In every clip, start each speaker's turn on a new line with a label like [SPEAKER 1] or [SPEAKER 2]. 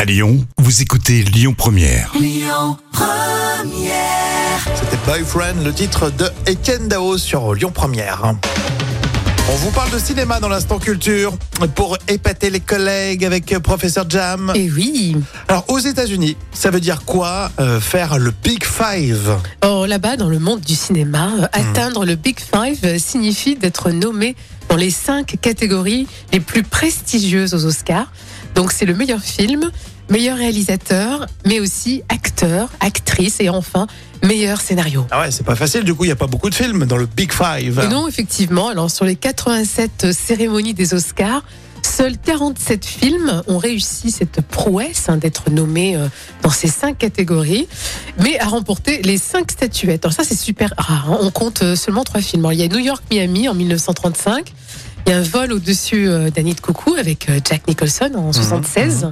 [SPEAKER 1] À Lyon, vous écoutez Lyon Première.
[SPEAKER 2] C'était Boyfriend, le titre de Etienne Dao sur Lyon Première. On vous parle de cinéma dans l'instant culture pour épater les collègues avec euh, professeur Jam.
[SPEAKER 3] Et Eh oui.
[SPEAKER 2] Alors aux États-Unis, ça veut dire quoi euh, faire le Big Five
[SPEAKER 3] Or, là-bas, dans le monde du cinéma, euh, atteindre le Big Five euh, signifie d'être nommé dans les cinq catégories les plus prestigieuses aux Oscars. Donc, c'est le meilleur film, meilleur réalisateur, mais aussi acteur, actrice et enfin meilleur scénario.
[SPEAKER 2] Ah ouais, c'est pas facile. Du coup, il y a pas beaucoup de films dans le Big Five.
[SPEAKER 3] Et non, effectivement, alors sur les 87 cérémonies des Oscars, seuls 47 films ont réussi cette prouesse hein, d'être nommés euh, dans ces cinq catégories, mais à remporter les cinq statuettes. Alors ça, c'est super rare. hein. On compte euh, seulement trois films. Alors, il y a New York-Miami en 1935. Il y a un vol au-dessus euh, d'Annie de Coucou avec euh, Jack Nicholson en 76.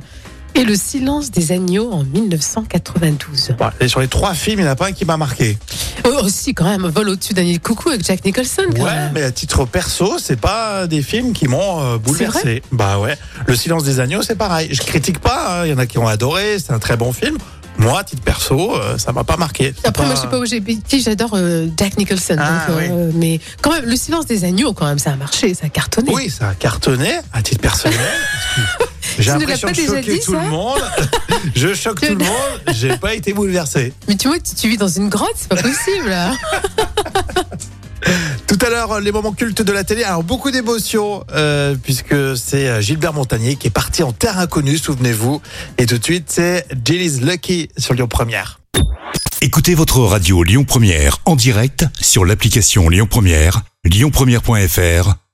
[SPEAKER 3] Et le silence des agneaux en 1992.
[SPEAKER 2] Bon, et sur les trois films, il n'y en a pas un qui m'a marqué.
[SPEAKER 3] Oh, aussi, quand même, vol au-dessus d'Annie de Coucou avec Jack Nicholson. quand
[SPEAKER 2] Ouais,
[SPEAKER 3] même.
[SPEAKER 2] mais à titre perso, c'est pas des films qui m'ont euh, bouleversé. Bah ouais. Le Silence des agneaux, c'est pareil. Je critique pas. hein. Il y en a qui ont adoré. C'est un très bon film. Moi, à titre perso, euh, ça m'a pas marqué. C'est
[SPEAKER 3] Après, moi, je suis pas LGBT, j'adore euh, Jack Nicholson.
[SPEAKER 2] Ah,
[SPEAKER 3] donc, euh, mais quand même, le silence des agneaux, quand même, ça a marché, ça a cartonné.
[SPEAKER 2] Oui, ça a cartonné à titre personnel. J'ai
[SPEAKER 3] Tu ne l'as
[SPEAKER 2] l'impression
[SPEAKER 3] pas
[SPEAKER 2] de
[SPEAKER 3] déjà
[SPEAKER 2] choquer
[SPEAKER 3] dit,
[SPEAKER 2] tout
[SPEAKER 3] ça
[SPEAKER 2] le monde. Je choque tout le monde. J'ai pas été bouleversé.
[SPEAKER 3] Mais tu vois, tu, tu vis dans une grotte, c'est pas possible. hein.
[SPEAKER 2] Tout à l'heure, les moments cultes de la télé. Alors, beaucoup d'émotions, euh, puisque c'est euh, Gilbert Montagnier qui est parti en terre inconnue, souvenez-vous. Et tout de suite, c'est Jilly's Lucky sur Lyon Première.
[SPEAKER 1] Écoutez votre radio Lyon Première en direct sur l'application Lyon Première, lyonpremière.fr